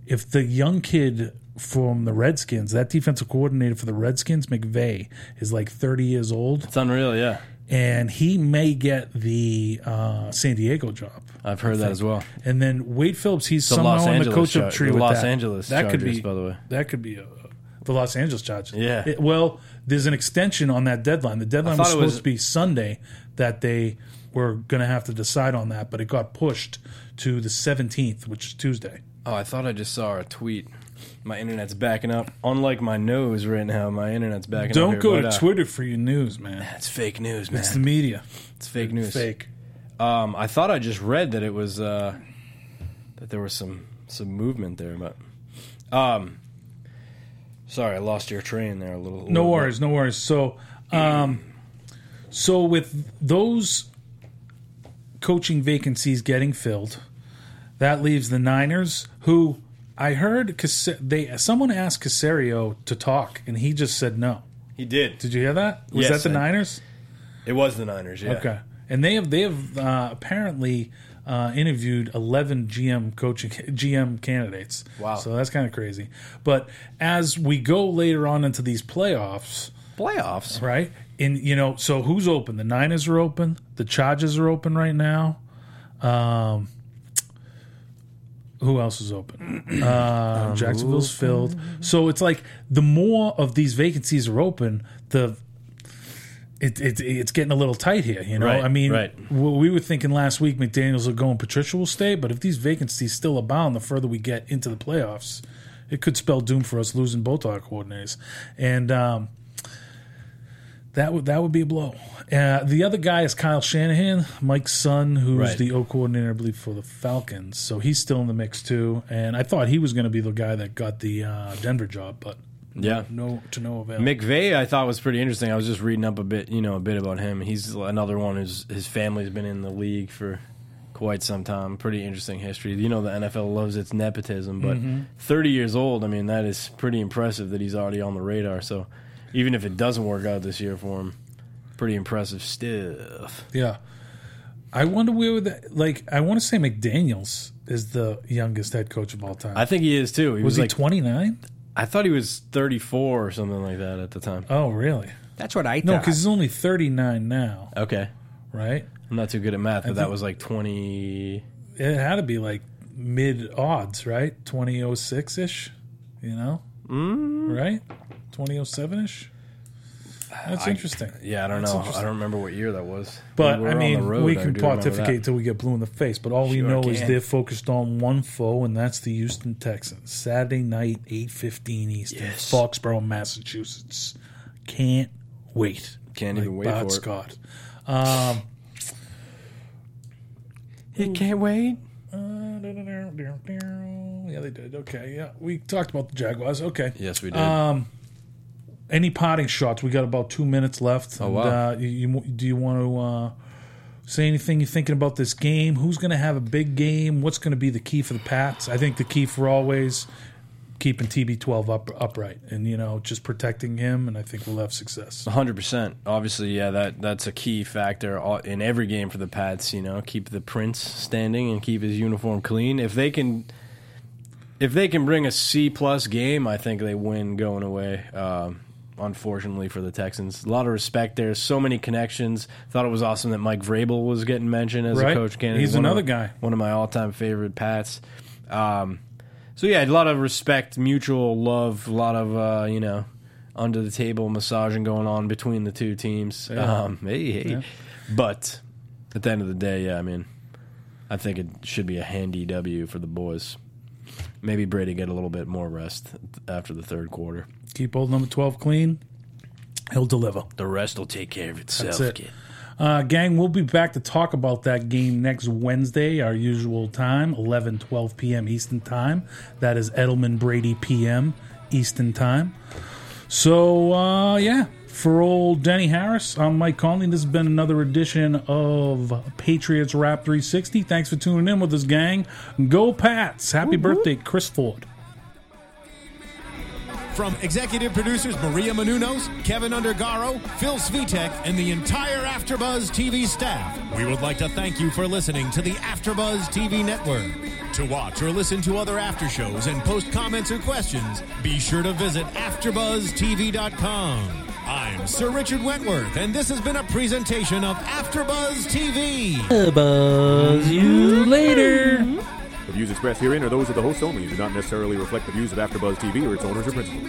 A: If the young kid from the Redskins, that defensive coordinator for the Redskins, McVay, is like 30 years old,
D: It's unreal. Yeah,
A: and he may get the uh, San Diego job.
D: I've heard that as well.
A: And then Wade Phillips, he's
D: The
A: somehow
D: Los
A: on the
D: Angeles
A: coach
D: Char-
A: up tree
D: the
A: with
D: Los
A: that.
D: Angeles
A: that could
D: Chargers,
A: be,
D: by the way.
A: That could be a, the Los Angeles Chargers.
D: Yeah.
A: It- well, there's an extension on that deadline. The deadline was
D: thought it
A: supposed
D: was-
A: to be Sunday that they were going to have to decide on that, but it got pushed to the 17th, which is Tuesday.
D: Oh, I thought I just saw a tweet. My internet's backing up. Unlike my nose right now, my internet's backing up.
A: Don't
D: here,
A: go
D: but,
A: to
D: uh,
A: Twitter for your news, man.
D: It's fake news, man.
A: It's the media.
D: It's fake news.
A: Fake.
D: Um, I thought I just read that it was uh, that there was some some movement there, but um, Sorry, I lost your train there a little.
A: No
D: little bit.
A: worries, no worries. So, um, so with those coaching vacancies getting filled, that leaves the Niners, who I heard Cas- they someone asked Casario to talk, and he just said no.
D: He did.
A: Did you hear that? Was
D: Yes,
A: that the
D: I-
A: Niners?
D: It was the Niners. Yeah.
A: Okay, and they have they have uh, apparently uh, interviewed eleven GM coaching GM candidates.
D: Wow.
A: so that's kind of crazy. But as we go later on into these playoffs,
D: Playoffs.
A: right? And you know, so who's open? The Niners are open. The Chargers are open right now. Um, who else is open?
D: Um,
A: Uh, Jacksonville's filled. So it's like the more of these vacancies are open, the it, it, it's getting a little tight here. You know,
D: Right,
A: I mean,
D: right.
A: w- we were thinking last week McDaniel's will go and Patricia will stay, but if these vacancies still abound, the further we get into the playoffs, it could spell doom for us losing both our coordinators. And um, that would that would be a blow. Uh, the other guy is Kyle Shanahan, Mike's son, who's
D: Right.
A: the O coordinator, I believe, for the Falcons. So he's still in the mix too. And I thought he was going to be the guy that got the uh, Denver job, but
D: Yeah.
A: no to no avail.
D: McVeigh, I thought was pretty interesting. I was just reading up a bit, you know, a bit about him. He's another one who's his family's been in the league for quite some time. Pretty interesting history. You know, the NFL loves its nepotism, but
A: Mm-hmm.
D: 30 years old, I mean, that is pretty impressive that he's already on the radar. So even if it doesn't work out this year for him, pretty impressive stuff.
A: yeah, I wonder where that. Like, I want to say McDaniel's is the youngest head coach of all time.
D: I think he is too. He
A: was
D: was,
A: he
D: like,
A: twenty nine?
D: I thought he was 34 or something like that at the time.
A: Oh, really?
D: That's what I
A: No, because he's only thirty nine now,
D: Okay.
A: right?
D: I'm not too good at math, but that
A: think-
D: was like 20.
A: It had to be like mid odds, right? Twenty oh six ish, you know, mm. right? Twenty oh seven ish. That's interesting.
D: Yeah, I don't
A: That's
D: know. I
A: interesting.
D: don't remember what year that was.
A: But
D: We were
A: I
D: on the
A: mean,
D: road,
A: we
D: I
A: can
D: do remember
A: pontificate
D: that.
A: till we get blue in the face. But all we
D: Sure
A: know is
D: can.
A: they're focused on one foe, and that's the Houston Texans. Saturday night, eight fifteen Eastern,
D: Yes.
A: Foxborough, Massachusetts. Can't wait.
D: Can't even wait
A: Bart
D: for it.
A: Scott.
D: He can't wait.
A: Yeah, they did. Okay, yeah, we talked about the Jaguars. Okay,
D: Yes, we did.
A: Um, any potting shots? We got about two minutes left. Oh
D: wow.
A: Uh, you, you, do you want to uh, say anything you're thinking about this game? Who's going to have a big game? What's going to be the key for the Pats? I think the key for always keeping TB12 up upright and you know just protecting him, and I think we'll have success.
D: Hundred percent. Obviously, yeah, that that's a key factor all- in every game for the Pats. You know, keep the Prince standing and keep his uniform clean. If they can, if they can bring a C plus game, I think they win going away. Um, unfortunately for the Texans, a lot of respect there. So many connections. Thought it was awesome that Mike Vrabel was getting mentioned as a
A: Right.
D: coach candidate.
A: He's
D: One of
A: another
D: my-
A: guy.
D: One of my all time favorite Pats. Um, so yeah, a lot of respect, mutual love, a lot of uh, you know under the table massaging going on between the two teams. Um, hey, hey. But at the end of the day, yeah, I mean, I think it should be a handy W for the boys. Maybe Brady get a little bit more rest after the third quarter.
A: Keep old number 12 clean. He'll deliver.
D: The rest will take care of itself.
A: it.
D: kid.
A: Uh, gang, we'll be back to talk about that game next Wednesday, our usual time, 11, 12 p.m. Eastern Time. That is Edelman Brady p.m. Eastern Time. So, uh, yeah, for old Denny Harris, I'm Mike Conley. This has been another edition of Patriots Rap 360. Thanks for tuning in with us, gang. Go Pats! Happy birthday, Chris Ford.
B: From executive producers Maria Manunos, Kevin Undergaro, Phil Svitek, and the entire AfterBuzz TV staff, we would like to thank you for listening to the AfterBuzz TV network. To watch or listen to other after shows and post comments or questions, be sure to visit AfterBuzzTV.com. I'm Sir Richard Wentworth, and this has been a presentation of AfterBuzz TV.
E: The views expressed herein are those of the host only and do not necessarily reflect the views of AfterBuzz TV or its owners or principals.